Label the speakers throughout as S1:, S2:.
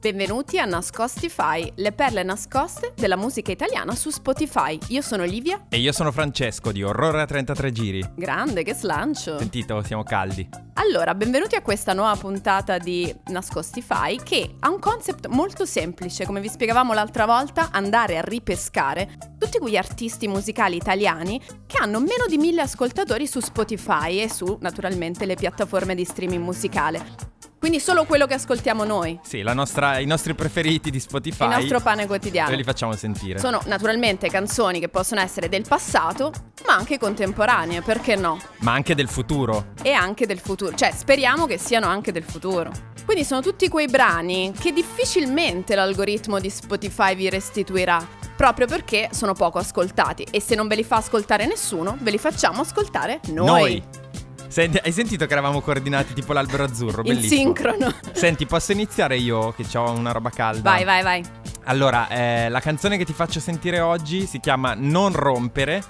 S1: Benvenuti a Nascostify, le perle nascoste della musica italiana su Spotify. Io sono Livia.
S2: E io sono Francesco di Orrore a 33
S1: Ah.
S2: giri.
S1: Grande, che slancio!
S2: Sentito, siamo caldi.
S1: Allora, benvenuti a questa nuova puntata di Nascostify che ha un concept molto semplice, come vi spiegavamo l'altra volta, andare a ripescare tutti quegli artisti musicali italiani che hanno meno di mille ascoltatori su Spotify e su, naturalmente, le piattaforme di streaming musicale. Quindi solo quello che ascoltiamo noi,
S2: Sì, la nostra- i nostri preferiti di Spotify.
S1: il nostro pane quotidiano.
S2: Noi li facciamo sentire.
S1: Sono naturalmente canzoni che possono essere del passato, ma anche contemporanee, perché no?
S2: Ma anche del futuro.
S1: E anche del futuro, cioè speriamo che siano anche del futuro. Quindi sono tutti quei brani che difficilmente l'algoritmo di Spotify vi restituirà, proprio perché sono poco ascoltati e se non ve li fa ascoltare nessuno, ve li facciamo ascoltare noi.
S2: Senti, hai sentito che eravamo coordinati tipo l'albero azzurro?
S1: In
S2: Bellissimo.
S1: sincrono.
S2: Senti, posso iniziare io che ho una roba calda?
S1: Vai, vai, vai.
S2: Allora, eh, la canzone che ti faccio sentire oggi si chiama Non rompere.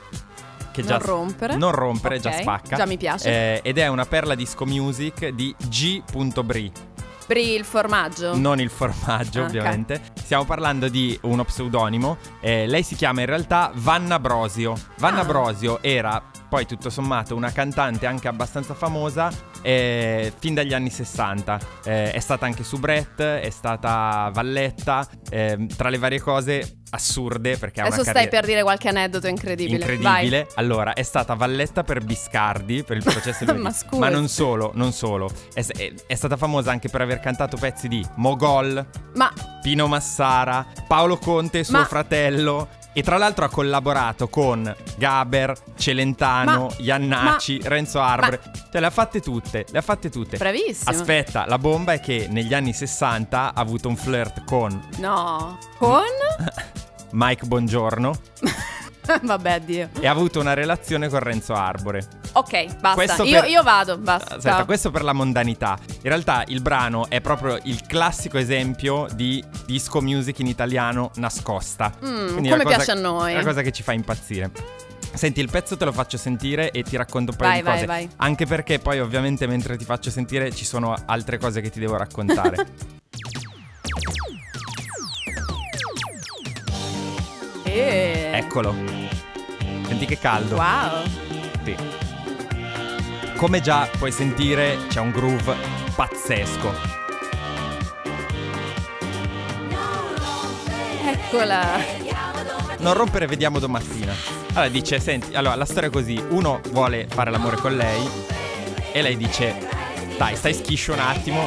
S2: Che già
S1: non rompere.
S2: Non rompere, già
S1: Ok,
S2: spacca.
S1: Già mi piace.
S2: Eh, ed è una perla disco music di G.Bri,
S1: Bri il formaggio.
S2: non il formaggio
S1: Esatto. Ah, ok.
S2: ovviamente. Stiamo parlando di uno pseudonimo. Eh, lei si chiama in realtà Vanna Brosio. Vanna
S1: Ah.
S2: Brosio era poi tutto sommato una cantante anche abbastanza famosa eh, fin dagli anni 60. Eh, è stata anche soubrette, è stata valletta, ehm, tra le varie cose assurde perché ha
S1: Adesso
S2: una
S1: stai
S2: carriera-
S1: per dire qualche aneddoto incredibile. Vai.
S2: incredibile. Allora, è stata valletta per Biscardi per il processo di
S1: Ma scusa.
S2: non solo, non solo. È, è- è stata famosa anche per aver cantato pezzi di Mogol,
S1: Ma
S2: Pino Massara, Paolo Conte, suo
S1: Ma-
S2: fratello. E tra l'altro ha collaborato con Gaber, Celentano,
S1: Ma-
S2: Iannacci, Renzo Arbore. Cioè, le ha fatte tutte, le ha fatte tutte.
S1: bravissimo.
S2: Aspetta, la bomba è che negli anni 60 ha avuto un flirt con
S1: No, con?
S2: Mike Bongiorno
S1: Vabbè, addio.
S2: e ha avuto una relazione con Renzo Arbore.
S1: Ok, basta.
S2: Questo
S1: Io,
S2: per-
S1: io vado, basta.
S2: Aspetta, questo per la mondanità. In realtà il brano è proprio il classico esempio di disco music in italiano nascosta.
S1: Mm,
S2: Quindi è
S1: come
S2: una cosa-
S1: piace a noi.
S2: È una cosa che ci fa impazzire. Senti, il pezzo te lo faccio sentire e ti racconto un paio
S1: Vai, vai,
S2: di cose.
S1: vai.
S2: Anche perché poi ovviamente mentre ti faccio sentire ci sono altre cose che ti devo raccontare.
S1: Eh.
S2: Eccolo. Senti che caldo.
S1: Wow.
S2: Sì. Come già puoi sentire c'è un groove pazzesco.
S1: Eccola.
S2: Non rompere, vediamo domattina. Allora dice, senti, allora la storia è così, uno vuole fare l'amore con lei e lei dice, dai, stai schiscio un attimo,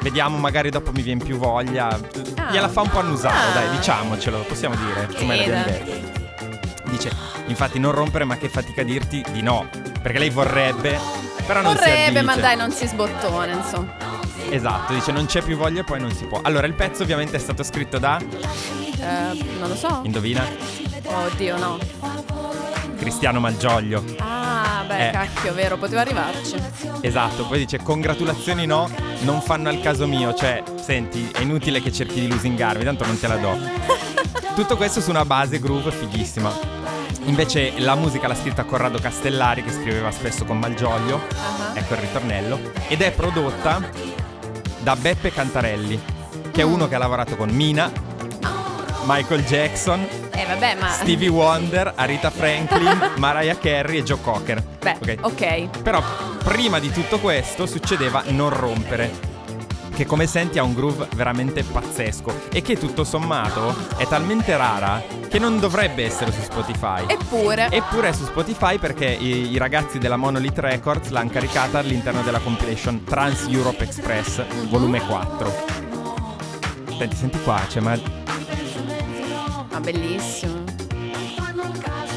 S2: vediamo, magari dopo mi viene più voglia. Gliela fa un po' annusare,
S1: Ah.
S2: dai, diciamocelo, possiamo dire, come la
S1: Sì,
S2: abbiamo
S1: dai.
S2: detto. Dice, infatti non rompere, ma che fatica a dirti di no, perché lei vorrebbe, però non si
S1: Vorrebbe,
S2: addice.
S1: ma dai, non si sbottona, insomma.
S2: Esatto, dice non c'è più voglia e poi non si può. Allora, il pezzo ovviamente è stato scritto da,
S1: Eh, non lo so.
S2: indovina,
S1: Oddio, no.
S2: Cristiano Malgioglio.
S1: Ah, beh,
S2: Eh.
S1: cacchio, vero, poteva arrivarci. Uh-huh.
S2: Esatto, poi dice congratulazioni no, non fanno al caso mio, cioè senti, è inutile che cerchi di lusingarmi, tanto non te la do. Tutto questo su una base groove fighissima. Invece la musica l'ha scritta Corrado Castellari che scriveva spesso con Malgioglio,
S1: Ah.
S2: ecco il ritornello, ed è prodotta da Beppe Cantarelli, che è uno che ha lavorato con Mina, Michael Jackson,
S1: Eh, vabbè, ma...
S2: Stevie Wonder, Arita Franklin, Mariah Carey e Joe Cocker.
S1: Beh,
S2: Ok.
S1: ok.
S2: Però prima di tutto questo succedeva non rompere. Che come senti ha un groove veramente pazzesco e che tutto sommato è talmente rara che non dovrebbe essere su Spotify.
S1: Eppure...
S2: Eppure è su Spotify perché i, i ragazzi della Monolith Records l'hanno caricata all'interno della compilation Trans Europe Express volume 4. Senti, senti qua, cioè, ma
S1: Ma Ah, bellissimo.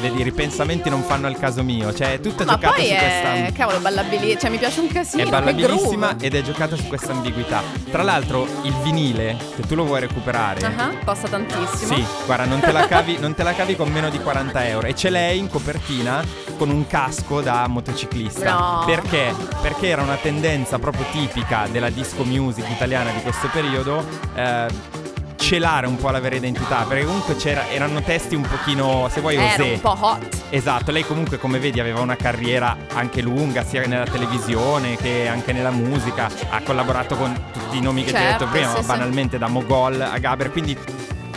S2: vedi, i ripensamenti non fanno al caso mio, cioè è tutto
S1: Ma
S2: giocato
S1: poi
S2: su
S1: è...
S2: questa
S1: Cavolo, ballabili... Cioè, mi piace un casino.
S2: è
S1: che
S2: ballabilissima
S1: groove.
S2: ed è giocata su questa ambiguità. Tra l'altro, il vinile, se tu lo vuoi recuperare,
S1: Ah, costa tantissimo.
S2: Eh. sì, guarda, non te, la cavi, non te la cavi con meno di 40 euro. E ce l'hai in copertina con un casco da motociclista.
S1: No.
S2: Perché? Perché era una tendenza proprio tipica della disco music italiana di questo periodo. eh, celare un po' la vera identità, perché comunque c'era- erano testi un pochino, se vuoi,
S1: Era
S2: osè.
S1: un po' hot.
S2: Esatto, lei comunque come vedi aveva una carriera anche lunga, sia nella televisione che anche nella musica, ha collaborato con tutti i nomi che ti ho
S1: Certo,
S2: detto prima,
S1: sì,
S2: ma
S1: sì.
S2: banalmente da Mogol a Gaber, quindi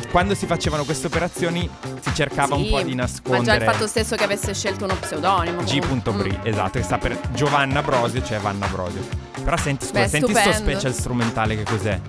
S2: quando si facevano queste operazioni si cercava un
S1: Sì,
S2: po' di
S1: Ma già il
S2: nascondere
S1: fatto stesso che avesse scelto uno pseudonimo. comunque.
S2: G.Bri,
S1: Mm.
S2: esatto, che sta per Giovanna Brosio, cioè Vanna Brosio. Però senti, scusa,
S1: Beh,
S2: senti sto
S1: stupendo.
S2: special strumentale che cos'è?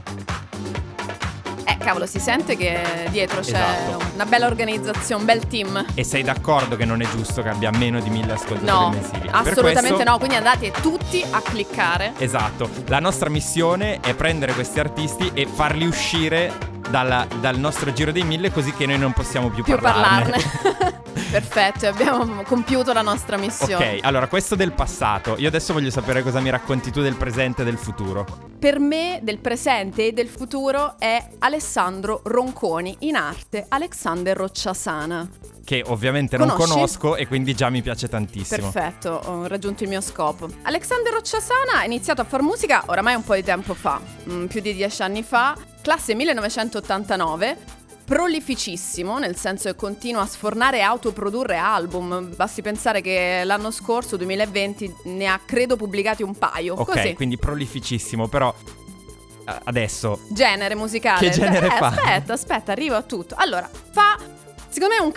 S1: Eh, cavolo, si sente che dietro c'è
S2: Esatto.
S1: una bella organizzazione, un bel team.
S2: E sei d'accordo che non è giusto che abbia meno di mille ascoltatori
S1: No,
S2: mensili? Per
S1: assolutamente
S2: questo-
S1: no. Quindi andate tutti a cliccare.
S2: Esatto, la nostra missione è prendere questi artisti e farli uscire dalla- dal nostro giro dei mille così che noi non possiamo più,
S1: più
S2: parlarne.
S1: parlarne. Perfetto, abbiamo compiuto la nostra missione.
S2: ok, allora questo del passato, io adesso voglio sapere cosa mi racconti tu del presente e del futuro.
S1: Per me del presente e del futuro è Alessandro Ronconi, in arte Alexander Rocciasana.
S2: Che ovviamente non
S1: Conosci?
S2: conosco e quindi già mi piace tantissimo.
S1: Perfetto, ho raggiunto il mio scopo. Alexander Rocciasana ha iniziato a far musica oramai un po' di tempo fa, mm, più di dieci anni fa, classe 1989. Prolificissimo, nel senso che continua a sfornare e autoprodurre album. Basti pensare che l'anno scorso, 2020, ne ha credo pubblicati un paio.
S2: Ok,
S1: Così.
S2: quindi prolificissimo, però a- adesso
S1: Genere musicale.
S2: Che genere
S1: Eh,
S2: fa?
S1: Aspetta, aspetta, arrivo a tutto. Allora, fa. Secondo me un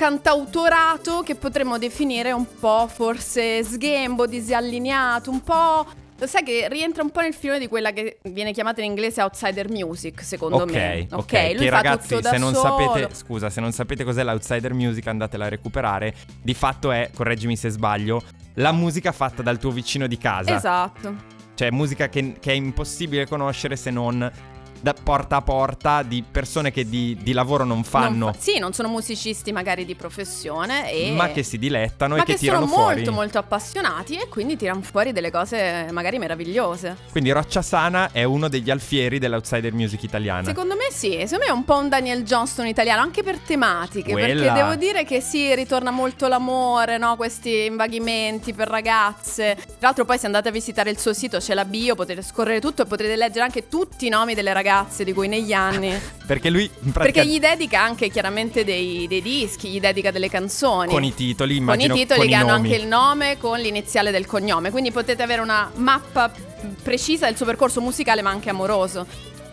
S1: cantautorato che potremmo definire un po' forse sghembo, disallineato, un po'. lo Sai che rientra un po' nel filone di quella che viene chiamata in inglese outsider music, secondo
S2: ok,
S1: me.
S2: ok,
S1: lui
S2: che
S1: fa
S2: ragazzi,
S1: tutto da
S2: se non
S1: solo.
S2: sapete, scusa, se non sapete cos'è l'outsider music, andatela a recuperare. Di fatto è, correggimi se sbaglio, la musica fatta dal tuo vicino di casa,
S1: Esatto.
S2: cioè musica che, che è impossibile conoscere se non da porta a porta di persone che di, di lavoro non fanno,
S1: Non fa- sì, non sono musicisti magari di professione. E...
S2: ma che si dilettano
S1: ma
S2: e che,
S1: che
S2: tirano
S1: sono
S2: fuori.
S1: molto molto appassionati e quindi tirano fuori delle cose magari meravigliose.
S2: Quindi Roccia Sana è uno degli alfieri dell'outsider music italiana.
S1: Secondo me sì, secondo me è un po' un Daniel Johnston italiano, anche per tematiche,
S2: Quella.
S1: perché devo dire che sì, ritorna molto l'amore, no? questi invaghimenti per ragazze. Tra l'altro poi se andate a visitare il suo sito c'è la bio, potete scorrere tutto e potrete leggere anche tutti i nomi delle ragazze di cui negli anni,
S2: Perché lui in pratica
S1: perché gli dedica anche chiaramente dei, dei dischi, gli dedica delle canzoni.
S2: con i titoli,
S1: Con i
S2: immagino
S1: titoli che
S2: i
S1: hanno
S2: nomi.
S1: anche il nome con l'iniziale del cognome, quindi potete avere una mappa precisa del suo percorso musicale ma anche amoroso.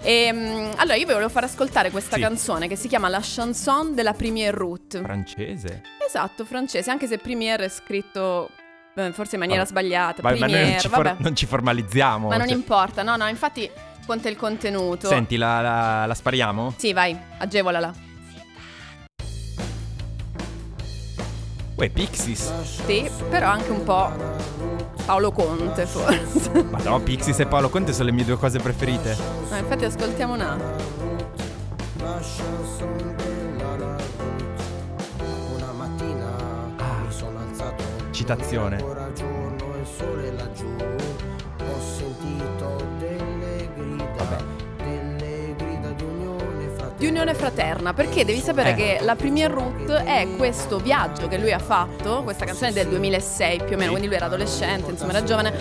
S1: E, mm, allora io vi volevo far ascoltare questa
S2: Sì.
S1: canzone che si chiama La chanson de la première route.
S2: francese.
S1: esatto, francese, anche se première è scritto eh, forse in maniera
S2: Vabbè.
S1: sbagliata,
S2: Ma- ma noi non
S1: première,
S2: ci, for-
S1: Esatto, vabbè.
S2: non ci formalizziamo.
S1: ma non
S2: cioè-
S1: importa, no, no, infatti conta il contenuto.
S2: Senti, la, la- la spariamo?
S1: Sì, vai, agevolala.
S2: Uè, Pixies.
S1: Sì, però anche un po' Paolo Conte forse.
S2: Ma no, Pixies e Paolo Conte sono le mie due cose preferite.
S1: No, infatti ascoltiamo un attimo.
S3: La chanson della route. Una mattina mi sono alzato.
S2: Ah. Citazione.
S3: Ancora giorno e il sole laggiù. Ho sentito delle grida. Delle grida di unione fraterna.
S1: di unione fraterna perché devi sapere
S2: Eh.
S1: che la Premier Route è questo viaggio che lui ha fatto questa canzone è del 2006 più o meno quindi lui era adolescente insomma era giovane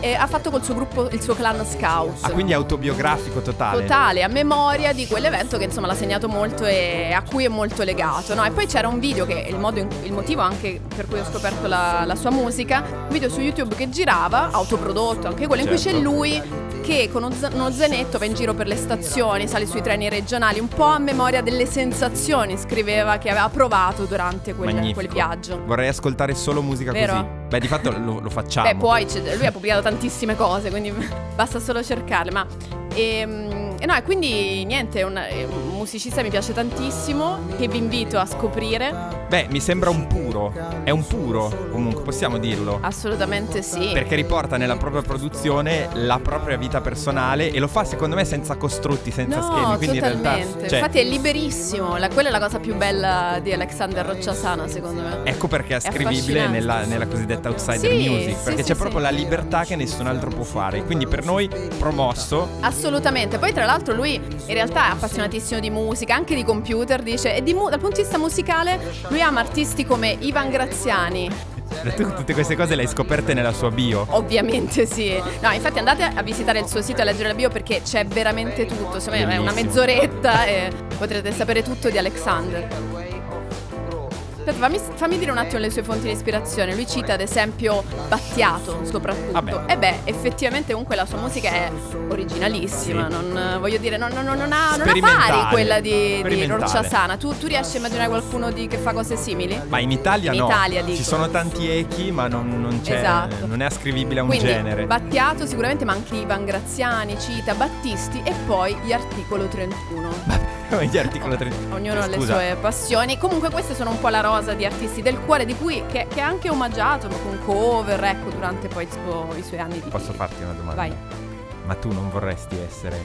S1: e ha fatto col suo gruppo il suo clan Scouts
S2: Ah, quindi è autobiografico totale.
S1: totale a memoria di quell'evento che insomma l'ha segnato molto e a cui è molto legato no? e poi c'era un video che è il, modo in- il motivo anche per cui ho scoperto la, la sua musica un video su YouTube che girava autoprodotto anche quello in cui
S2: Certo.
S1: c'è lui che con uno za- uno zainetto va in giro per le stazioni, sale sui treni regionali, un po' a memoria delle sensazioni, scriveva che aveva provato durante quel,
S2: Magnifico.
S1: quel viaggio.
S2: Vorrei ascoltare solo musica
S1: Vero?
S2: così. Beh, di fatto lo, lo facciamo.
S1: Beh, poi c'è- lui ha pubblicato tantissime cose, quindi basta solo cercarle. Ma ehm, e no, e quindi niente, è un, è un musicista che mi piace tantissimo, che vi invito a scoprire,
S2: Beh, mi sembra un puro. È un puro, comunque, possiamo dirlo.
S1: assolutamente Ah, sì.
S2: Perché riporta nella propria produzione la propria vita personale e lo fa, secondo me, senza costrutti, senza
S1: No,
S2: schemi. Quindi in
S1: totalmente.
S2: realtà. cioè,
S1: Infatti è liberissimo. la- quella è la cosa più bella di Alexander Rocciasana, secondo me.
S2: Ecco perché è scrivibile
S1: affascinante.
S2: nella, nella cosiddetta outsider
S1: Sì,
S2: music,
S1: sì,
S2: perché
S1: sì,
S2: c'è
S1: sì.
S2: proprio la libertà che nessun altro può fare. Quindi per noi promosso,
S1: Assolutamente, poi tra l'altro lui in realtà è appassionatissimo di musica, anche di computer, dice, e di mu- dal punto di vista musicale lui ama artisti come Ivan Graziani,
S2: Ma tu tutte queste cose le hai scoperte nella sua bio.
S1: Ovviamente sì. No, infatti andate a visitare il suo sito e a leggere la bio perché c'è veramente tutto. Secondo me è una
S2: Bellissimo.
S1: mezz'oretta e potrete sapere tutto di Alexander. Aspetta, fammi, fammi dire un attimo le sue fonti di ispirazione. Lui cita ad esempio Battiato soprattutto.
S2: Vabbè.
S1: E beh, effettivamente comunque la sua musica è originalissima.
S2: Sì.
S1: Non, voglio dire, non, non- non ha, non ha pari
S2: Sperimentale.
S1: quella di, di
S2: Sperimentale.
S1: Rorciasana. Tu, tu riesci a immaginare qualcuno di- che fa cose simili?
S2: Ma in Italia
S1: In
S2: no.
S1: Italia, dico.
S2: Ci sono tanti echi, ma non, non c'è.
S1: Esatto.
S2: Non è ascrivibile a un
S1: Quindi
S2: genere.
S1: Battiato sicuramente, ma anche Ivan Graziani, Cita, Battisti e poi gli articolo 31.
S2: Gli articoli 30.
S1: Ognuno ha le
S2: Scusa.
S1: sue passioni. Comunque queste sono un po' la rosa di artisti del cuore di cui che, che è anche omaggiato ma con cover, ecco, durante poi il suo- i suoi anni di
S2: Posso farti una domanda?
S1: Vai.
S2: Ma tu non vorresti essere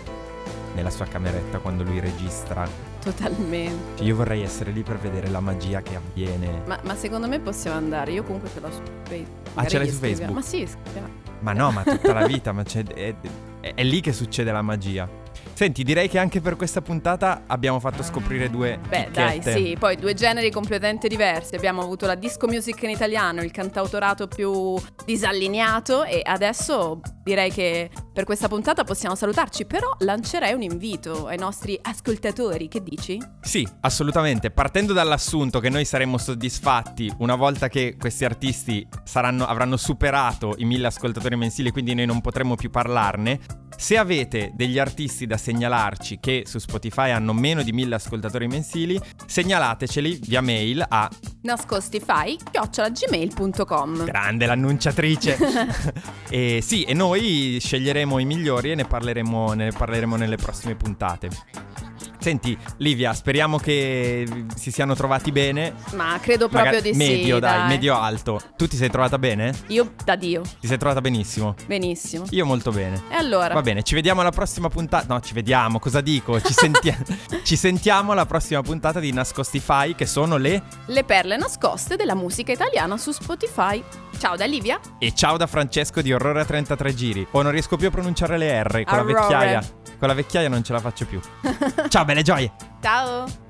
S2: nella sua cameretta quando lui registra?
S1: Totalmente.
S2: Cioè, io vorrei essere lì per vedere la magia che avviene. Ma,
S1: Ma, ma secondo me possiamo andare. Io comunque ce l'ho su Facebook.
S2: Ah, ce l'hai su Facebook?
S1: Ma sì, scriviamo.
S2: no, ma tutta la vita, ma c'è- è, è- è lì che succede la magia. Senti, direi che anche per questa puntata abbiamo fatto scoprire due
S1: Beh, dai,
S2: chicchette.
S1: sì, poi due generi completamente diversi. Abbiamo avuto la disco music in italiano, il cantautorato più disallineato e adesso direi che per questa puntata possiamo salutarci, però lancerei un invito ai nostri ascoltatori, che dici?
S2: Sì, assolutamente. Partendo dall'assunto che noi saremmo soddisfatti una volta che questi artisti saranno- avranno superato i mille ascoltatori mensili, quindi noi non potremo più parlarne. Se avete degli artisti da segnalarci che su Spotify hanno meno di mille ascoltatori mensili, segnalateceli via mail a
S1: Nascostify, chiocciolagmail.com.
S2: grande l'annunciatrice. e sì, e noi sceglieremo i migliori e ne parleremo, ne parleremo nelle prossime puntate. Senti, Livia, speriamo che si siano trovati bene.
S1: Ma credo proprio
S2: Magari-
S1: di
S2: medio,
S1: sì.
S2: dai, medio alto. Tu ti sei trovata bene?
S1: Io da Dio,
S2: Ti sei trovata benissimo.
S1: benissimo.
S2: Io molto bene.
S1: E allora?
S2: Va bene, ci vediamo alla prossima puntata. No, ci vediamo, cosa dico? Ci, senti- ci sentiamo alla prossima puntata di Nascostify, che sono le.
S1: Le perle nascoste della musica italiana su Spotify. Ciao da Livia.
S2: E ciao da Francesco di Orrore a 33 giri. O non riesco più a pronunciare le R con la
S1: Orrore.
S2: vecchiaia. Con la vecchiaia non ce la faccio più. ciao, belle gioie!
S1: Ciao.